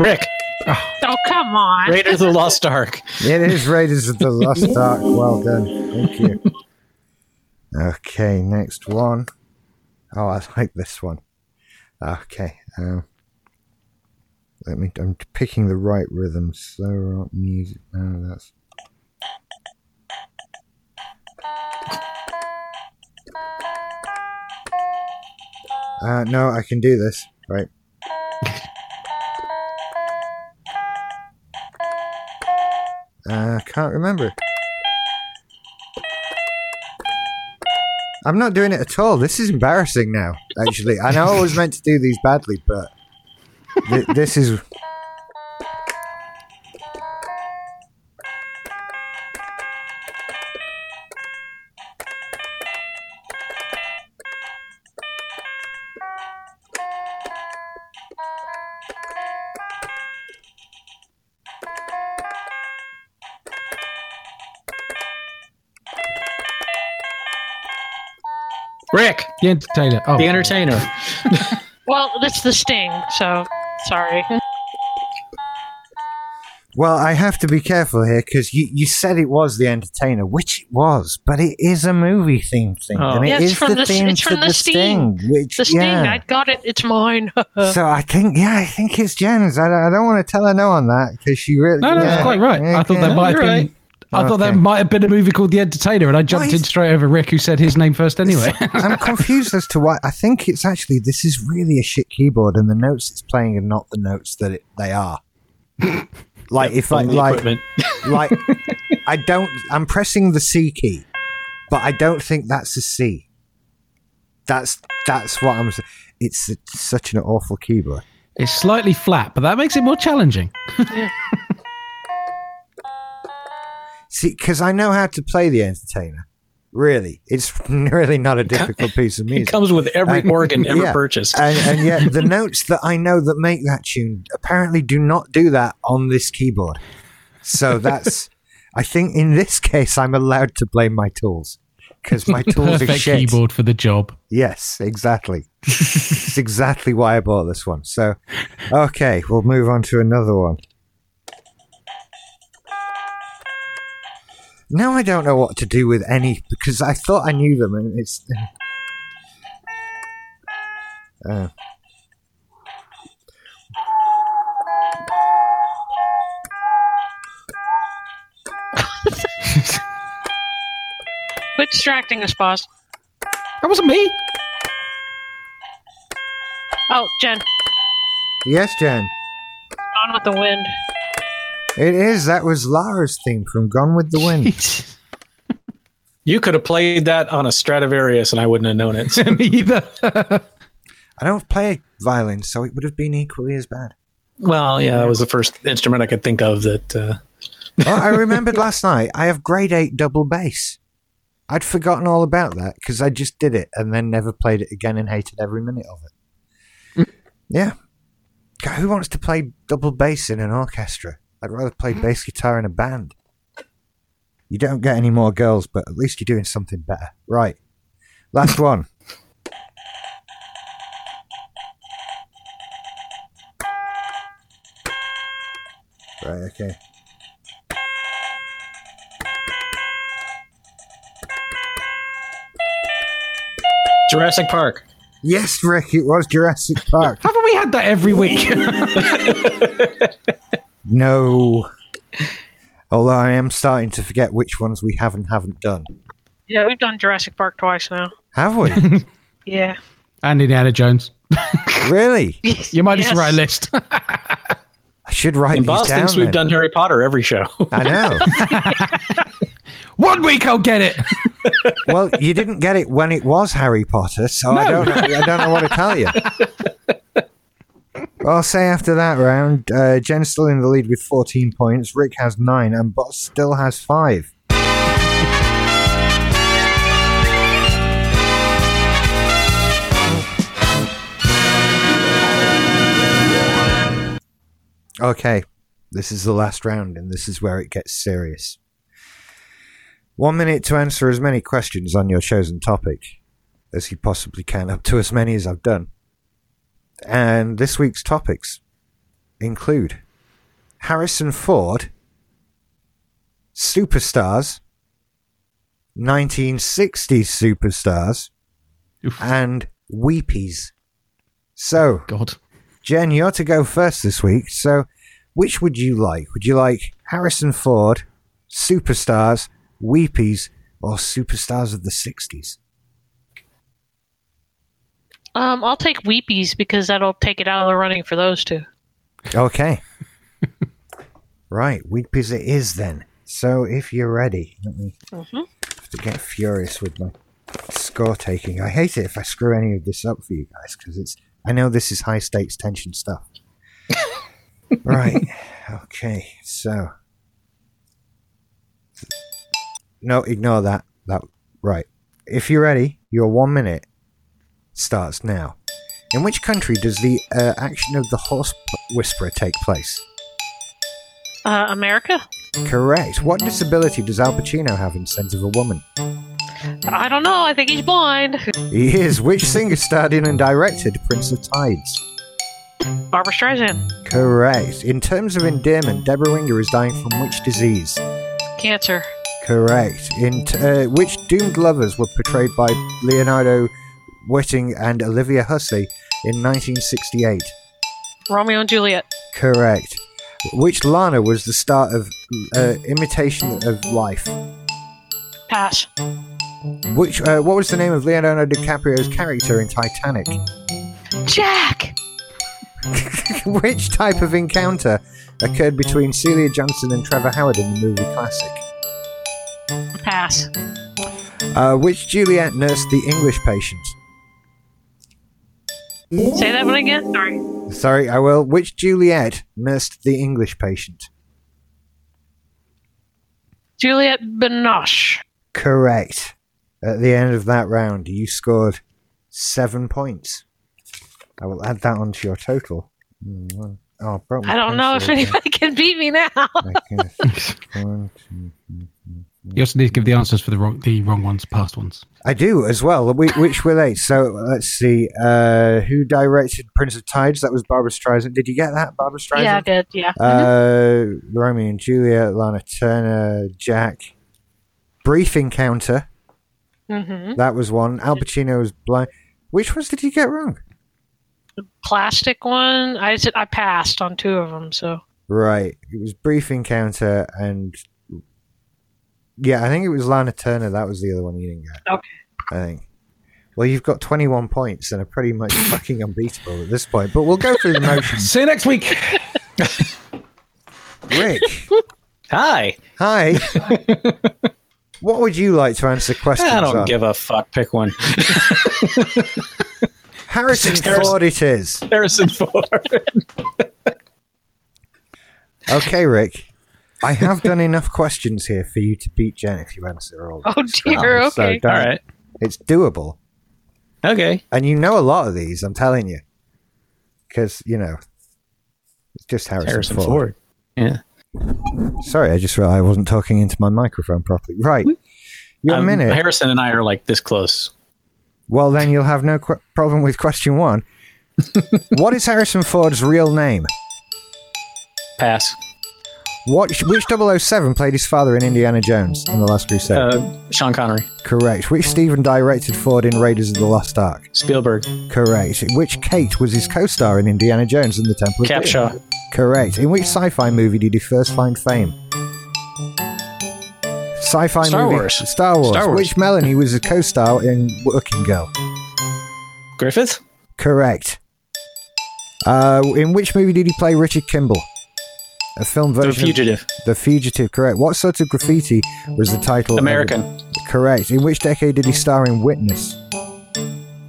Speaker 3: Rick,
Speaker 2: Oh, come on.
Speaker 3: Raiders of the Lost Ark.
Speaker 1: It is Raiders of the Lost Ark. Well done. Thank you. Okay, next one. Oh, I like this one. Okay. Um, let me. I'm picking the right rhythm. Slow rock music. No, that's. Uh, no, I can do this. Right. Uh, can't remember. I'm not doing it at all. This is embarrassing now, actually. I know I was meant to do these badly, but th- this is.
Speaker 3: Rick,
Speaker 4: The Entertainer. Oh,
Speaker 3: the entertainer.
Speaker 2: Well, that's the sting. So, sorry.
Speaker 1: Well, I have to be careful here because you, you said it was The Entertainer, which it was, but it is a movie themed thing.
Speaker 3: Oh.
Speaker 1: And it
Speaker 2: Yeah,
Speaker 1: is
Speaker 2: it's from
Speaker 1: the,
Speaker 2: the s-
Speaker 1: theme
Speaker 2: it's
Speaker 1: to
Speaker 2: from
Speaker 1: the,
Speaker 2: the
Speaker 1: sting. Which,
Speaker 2: The sting.
Speaker 1: yeah.
Speaker 2: I got it. It's mine.
Speaker 1: So I think, yeah, I think it's Jen's. I, don't- I don't want to tell her no on that because she really.
Speaker 4: No, no,
Speaker 1: yeah,
Speaker 4: that's quite right. I thought
Speaker 1: okay.
Speaker 4: that might have
Speaker 3: You're
Speaker 4: been.
Speaker 3: right.
Speaker 4: I thought there
Speaker 1: Okay.
Speaker 4: might have been a movie called The Entertainer, and I jumped
Speaker 1: Why
Speaker 4: in
Speaker 1: is-
Speaker 4: straight over Rick, who said his name first anyway.
Speaker 1: I'm confused as to why. I think it's actually this is really a shit keyboard, and the notes it's playing are not the notes that it, they are. Like if I
Speaker 3: on the
Speaker 1: like
Speaker 3: equipment.
Speaker 1: like I don't. I'm pressing the C key, but I don't think that's a C. That's that's what I'm. s- It's such an awful keyboard.
Speaker 4: it's slightly flat, but that makes it more challenging.
Speaker 1: See, because I know how to play the entertainer. Really, it's really not a difficult piece of
Speaker 3: It
Speaker 1: music.
Speaker 3: comes with every
Speaker 1: Uh,
Speaker 3: organ ever
Speaker 1: yeah.
Speaker 3: purchased.
Speaker 1: and, and yet the notes that I know that make that tune apparently do not do that on this keyboard. So that's, I think in this case, I'm allowed to blame my tools because my tools are
Speaker 4: Perfect
Speaker 1: shit.
Speaker 4: keyboard for the job.
Speaker 1: Yes, exactly. It's exactly why I bought this one. So, okay, we'll move on to another one. Now I don't know what to do with any because I thought I knew them and it's. Oh.
Speaker 2: Quit distracting us, boss.
Speaker 4: That wasn't me.
Speaker 2: Oh, Jen,
Speaker 1: Yes, Jen.
Speaker 2: on with the wind.
Speaker 1: It is. That was Lara's theme from Gone with the Wind.
Speaker 3: You could have played that on a Stradivarius and I wouldn't have known it.
Speaker 4: me either.
Speaker 1: I don't play violin, so it would have been equally as bad.
Speaker 3: well, yeah, that was the first instrument I could think of that. Uh,
Speaker 1: oh, I remembered last night. I have grade eight double bass. I'd forgotten all about that because I just did it and then never played it again and hated every minute of it. yeah. God, who wants to play double bass in an orchestra? I'd rather play bass guitar in a band. You don't get any more girls, but at least you're doing something better. Right. Last one. Right, okay.
Speaker 3: Jurassic Park.
Speaker 1: Yes, Rick, it was Jurassic Park.
Speaker 4: Haven't we had that every week?
Speaker 1: no. Although I am starting to forget which ones we have and haven't done.
Speaker 2: Yeah, we've done Jurassic Park twice now.
Speaker 1: Have we?
Speaker 2: Yeah.
Speaker 4: and Indiana Jones.
Speaker 1: really?
Speaker 4: You might
Speaker 2: Yes.
Speaker 4: just write a list.
Speaker 1: I should write
Speaker 3: And
Speaker 1: these
Speaker 3: Boss
Speaker 1: down.
Speaker 3: thinks we've
Speaker 1: then.
Speaker 3: done Harry Potter every show.
Speaker 1: I know.
Speaker 4: One week I'll get it.
Speaker 1: well, you didn't get it when it was Harry Potter, so I don't. I don't know what to tell you. I'll say after that round, uh, Jen's still in the lead with 14 points. Rick has nine, and Bot still has five. Okay, this is the last round, and this is where it gets serious. One minute to answer as many questions on your chosen topic as you possibly can, up to as many as I've done. And this week's topics include Harrison Ford, superstars, 1960s superstars,
Speaker 4: Oof.
Speaker 1: and weepies. So,
Speaker 4: God.
Speaker 1: Jen, you're to go first this week. So, which would you like? Would you like Harrison Ford, Superstars, Weepies, or Superstars of the 60s?
Speaker 2: Um, I'll take Weepies because that'll take it out of the running for those two.
Speaker 1: Okay. right, Weepies it is then. So, if you're ready, let me have to get furious with my score taking. I hate it if I screw any of this up for you guys because it's. I know this is high stakes tension stuff. right. Okay. So. No, ignore that. That right. If you're ready, your one minute starts now. In which country does the uh, action of the horse p- whisperer take place?
Speaker 2: Uh, America?
Speaker 1: Correct. What disability does Al Pacino have in Sense of a Woman?
Speaker 2: I don't know. I think he's blind.
Speaker 1: He is. Which singer starred in and directed Prince of Tides?
Speaker 2: Barbara Streisand.
Speaker 1: Correct. In terms of endearment, Deborah Winger is dying from which disease?
Speaker 2: Cancer.
Speaker 1: Correct. In t- uh, which doomed lovers were portrayed by Leonardo Whiting and Olivia Hussey in 1968?
Speaker 2: Romeo and Juliet.
Speaker 1: Correct. Which Lana was the start of uh, Imitation of Life?
Speaker 2: Pass.
Speaker 1: Which uh, what was the name of Leonardo DiCaprio's character in Titanic?
Speaker 2: Jack!
Speaker 1: Which type of encounter occurred between Celia Johnson and Trevor Howard in the movie classic?
Speaker 2: Pass.
Speaker 1: Uh, which Juliet nursed the English patient?
Speaker 2: Say that one again? Sorry.
Speaker 1: Sorry, I will. Which Juliet nursed the English patient?
Speaker 2: Juliet Binoche.
Speaker 1: Correct. At the end of that round, you scored seven points. I will add that onto your total. Mm, one- Oh, I, broke my
Speaker 2: I don't know if
Speaker 1: pencil again.
Speaker 2: anybody can beat me now.
Speaker 1: Okay, one, two,
Speaker 4: You also need to give the answers for the wrong, the wrong ones, past ones.
Speaker 1: I do as well. Which, which were they? So let's see. Uh, who directed Prince of Tides? That was Barbara Streisand. Did you get that, Barbara Streisand?
Speaker 2: yeah, I did. Yeah.
Speaker 1: Uh, Romeo and Juliet, Lana Turner, Jack. Brief Encounter.
Speaker 2: hmm
Speaker 1: That was one. Al Pacino was blind. Which ones did you get wrong?
Speaker 2: Plastic one. I said I passed on two of them, so.
Speaker 1: Right. It was Brief Encounter and. Yeah, I think it was Lana Turner. That was the other one you didn't get.
Speaker 2: Okay.
Speaker 1: I think. Well, you've got 21 points and are pretty much fucking unbeatable at this point, but we'll go through the motions.
Speaker 4: See you next week.
Speaker 1: Rick,
Speaker 3: Hi.
Speaker 1: hi. what would you like to answer questions
Speaker 3: I don't
Speaker 1: on?
Speaker 3: give a fuck. Pick one.
Speaker 1: Harrison
Speaker 3: Harrison-
Speaker 1: Ford it is.
Speaker 3: Harrison Ford.
Speaker 1: Okay, Rick. I have done enough questions here for you to beat Jen if you answer all.
Speaker 2: Oh,
Speaker 1: these
Speaker 2: dear,
Speaker 1: rounds, so
Speaker 2: okay.
Speaker 3: All
Speaker 1: don't-
Speaker 3: right.
Speaker 1: It's doable.
Speaker 3: Okay.
Speaker 1: And you know a lot of these, I'm telling you. Because, you know, it's just Harrison,
Speaker 3: Harrison
Speaker 1: Ford.
Speaker 3: Ford. Yeah.
Speaker 1: Sorry, I just realized I wasn't talking into my microphone properly. Right. Your
Speaker 3: Um,
Speaker 1: minute.
Speaker 3: Harrison and I are like this close.
Speaker 1: Well, then you'll have no qu- problem with question one. what is Harrison Ford's real name?
Speaker 3: Pass.
Speaker 1: What, which 007 played his father in Indiana Jones and The Last Crusade?
Speaker 3: Uh, Sean Connery,
Speaker 1: Correct. Which Steven directed Ford in Raiders of the Lost Ark?
Speaker 3: Spielberg,
Speaker 1: Correct. Which Kate was his co-star in Indiana Jones and the Temple of Doom?
Speaker 3: Capshaw,
Speaker 1: Correct. In which sci-fi movie did he first find fame? Sci-fi
Speaker 3: Star
Speaker 1: movie.
Speaker 3: Wars.
Speaker 1: Star Wars.
Speaker 3: Star Wars.
Speaker 1: Which Melanie was a co-star in Working Girl?
Speaker 3: Griffith,
Speaker 1: Correct. Uh, in which movie did he play Richard Kimball? A film version.
Speaker 3: The
Speaker 1: of-
Speaker 3: Fugitive,
Speaker 1: The Fugitive. Correct. What sort of graffiti was the title?
Speaker 3: American,
Speaker 1: Correct. In which decade did he star in Witness?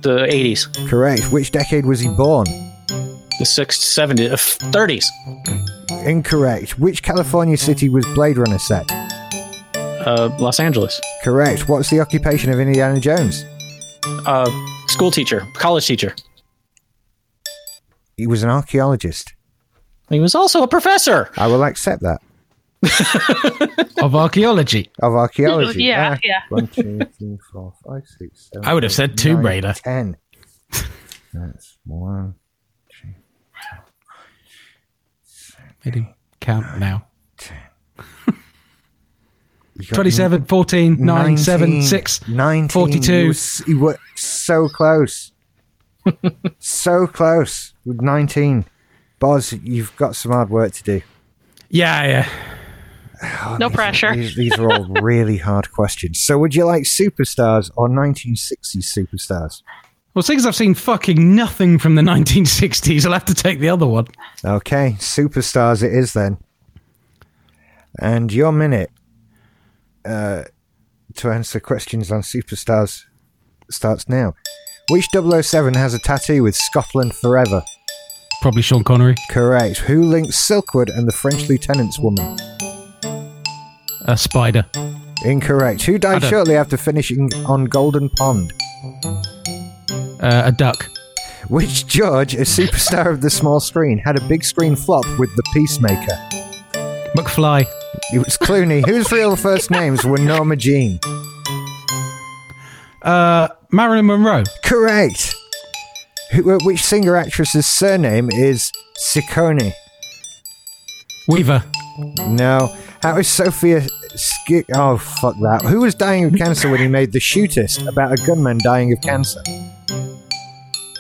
Speaker 3: the 80s,
Speaker 1: Correct. Which decade was he born?
Speaker 3: the 60s, 70s, uh, 30s,
Speaker 1: Incorrect. Which California city was Blade Runner set?
Speaker 3: uh, Los Angeles,
Speaker 1: Correct. What's the occupation of Indiana Jones?
Speaker 3: uh, school teacher, college teacher.
Speaker 1: He was an archaeologist.
Speaker 3: He was also a professor.
Speaker 1: I will accept that.
Speaker 4: of archaeology.
Speaker 1: Of archaeology.
Speaker 2: Yeah,
Speaker 1: Ah,
Speaker 2: yeah.
Speaker 1: One, two, three, four, five, six, seven.
Speaker 4: I would have said Tomb
Speaker 1: nine,
Speaker 4: Raider.
Speaker 1: Ten. That's one.
Speaker 4: Made him count now.
Speaker 1: You got
Speaker 4: 27, 14, 9, 7,
Speaker 1: 19,
Speaker 4: 6.
Speaker 1: 19.
Speaker 4: 42.
Speaker 1: You was- you were so close. so close with 19. Boz, you've got some hard work to do.
Speaker 4: Yeah, yeah.
Speaker 2: No pressure.
Speaker 1: These, these are all really hard questions. So, would you like superstars or 1960s superstars?
Speaker 4: Well, since I've seen fucking nothing from the 1960s, I'll have to take the other one.
Speaker 1: Okay, superstars it is then. And your minute uh, to answer questions on superstars starts now. Which 007 has a tattoo with Scotland Forever?
Speaker 4: Probably Sean Connery.
Speaker 1: Correct. Who links Silkwood and the French Lieutenant's woman?
Speaker 4: A spider.
Speaker 1: Incorrect. Who died
Speaker 4: Adam.
Speaker 1: shortly after finishing on Golden Pond?
Speaker 4: Uh, a duck.
Speaker 1: Which George, a superstar of the small screen, had a big screen flop with The Peacemaker?
Speaker 4: McFly.
Speaker 1: It was Clooney, whose real first names were Norma Jean.
Speaker 4: Uh, Marilyn Monroe.
Speaker 1: Correct. Who, uh, which singer actress's surname is Ciccone?
Speaker 4: Weaver.
Speaker 1: No. How is Sophia? Sk- oh fuck that. Who was dying of cancer when he made The Shootist about a gunman dying of cancer?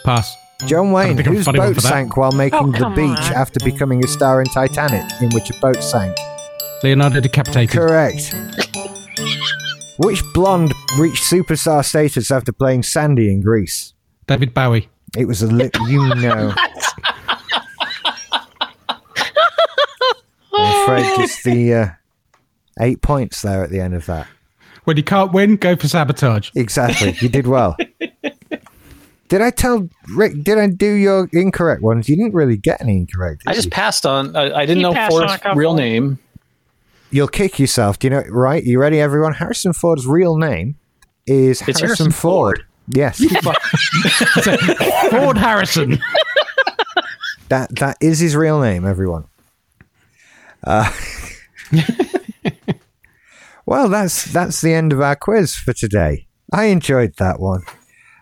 Speaker 4: Pass.
Speaker 1: John Wayne,
Speaker 4: think of a
Speaker 1: whose
Speaker 4: funny one
Speaker 1: boat
Speaker 4: for that.
Speaker 1: sank while making
Speaker 2: Oh,
Speaker 1: the
Speaker 2: come
Speaker 1: beach
Speaker 2: on.
Speaker 1: after becoming a star in Titanic, in which a boat sank.
Speaker 4: Leonardo decapitated.
Speaker 1: Correct. Which blonde reached superstar status after playing Sandy in Greece?
Speaker 4: David Bowie.
Speaker 1: It was a lip, you know. I'm afraid just the uh, eight points there at the end of that.
Speaker 4: When you can't win, go for sabotage.
Speaker 1: Exactly, you did well. Did I tell Rick? Did I do your incorrect ones? You didn't really get any incorrect. did
Speaker 3: I
Speaker 1: you?
Speaker 3: just passed on. I, I didn't
Speaker 2: He
Speaker 3: know
Speaker 2: passed on
Speaker 3: Ford's
Speaker 2: a couple.
Speaker 3: real name.
Speaker 1: You'll kick yourself. Do you know? Right? You ready, everyone? Harrison Ford's real name is Harrison,
Speaker 3: Harrison
Speaker 1: Ford.
Speaker 3: Ford.
Speaker 1: Yes,
Speaker 4: Ford Harrison.
Speaker 1: that that is his real name. Everyone. Uh, well, that's that's the end of our quiz for today. I enjoyed that one.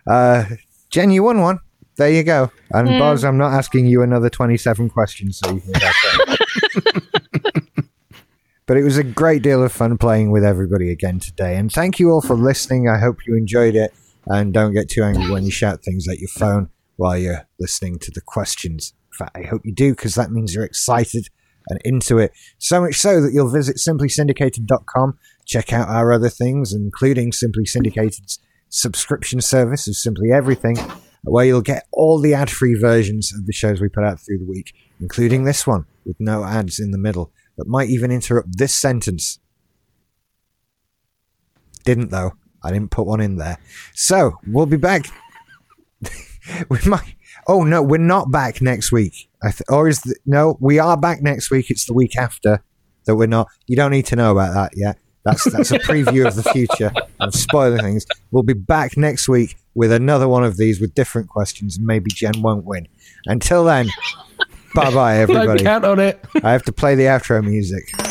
Speaker 1: Uh, Jen, you won one. There you go. And Boz, I'm not asking you another 27 questions, so you can go first. But it was a great deal of fun playing with everybody again today. And thank you all for listening. I hope you enjoyed it. And don't get too angry when you shout things at your phone while you're listening to the questions. In fact, I hope you do, because that means you're excited and into it. So much so that you'll visit simplysyndicated.com, check out our other things, including Simply Syndicated's subscription service of Simply Everything, where you'll get all the ad free versions of the shows we put out through the week, including this one with no ads in the middle that might even interrupt this sentence. Didn't though. I didn't put one in there. So we'll be back. we might. Oh no, we're not back next week. I th- or is the, no? We are back next week. It's the week after that we're not. You don't need to know about that yet. That's that's a preview of the future. I'm spoiling things. We'll be back next week with another one of these with different questions, and maybe Jen won't win. Until then, bye bye
Speaker 4: Don't
Speaker 1: everybody.
Speaker 4: count on it.
Speaker 1: I have to play the outro music.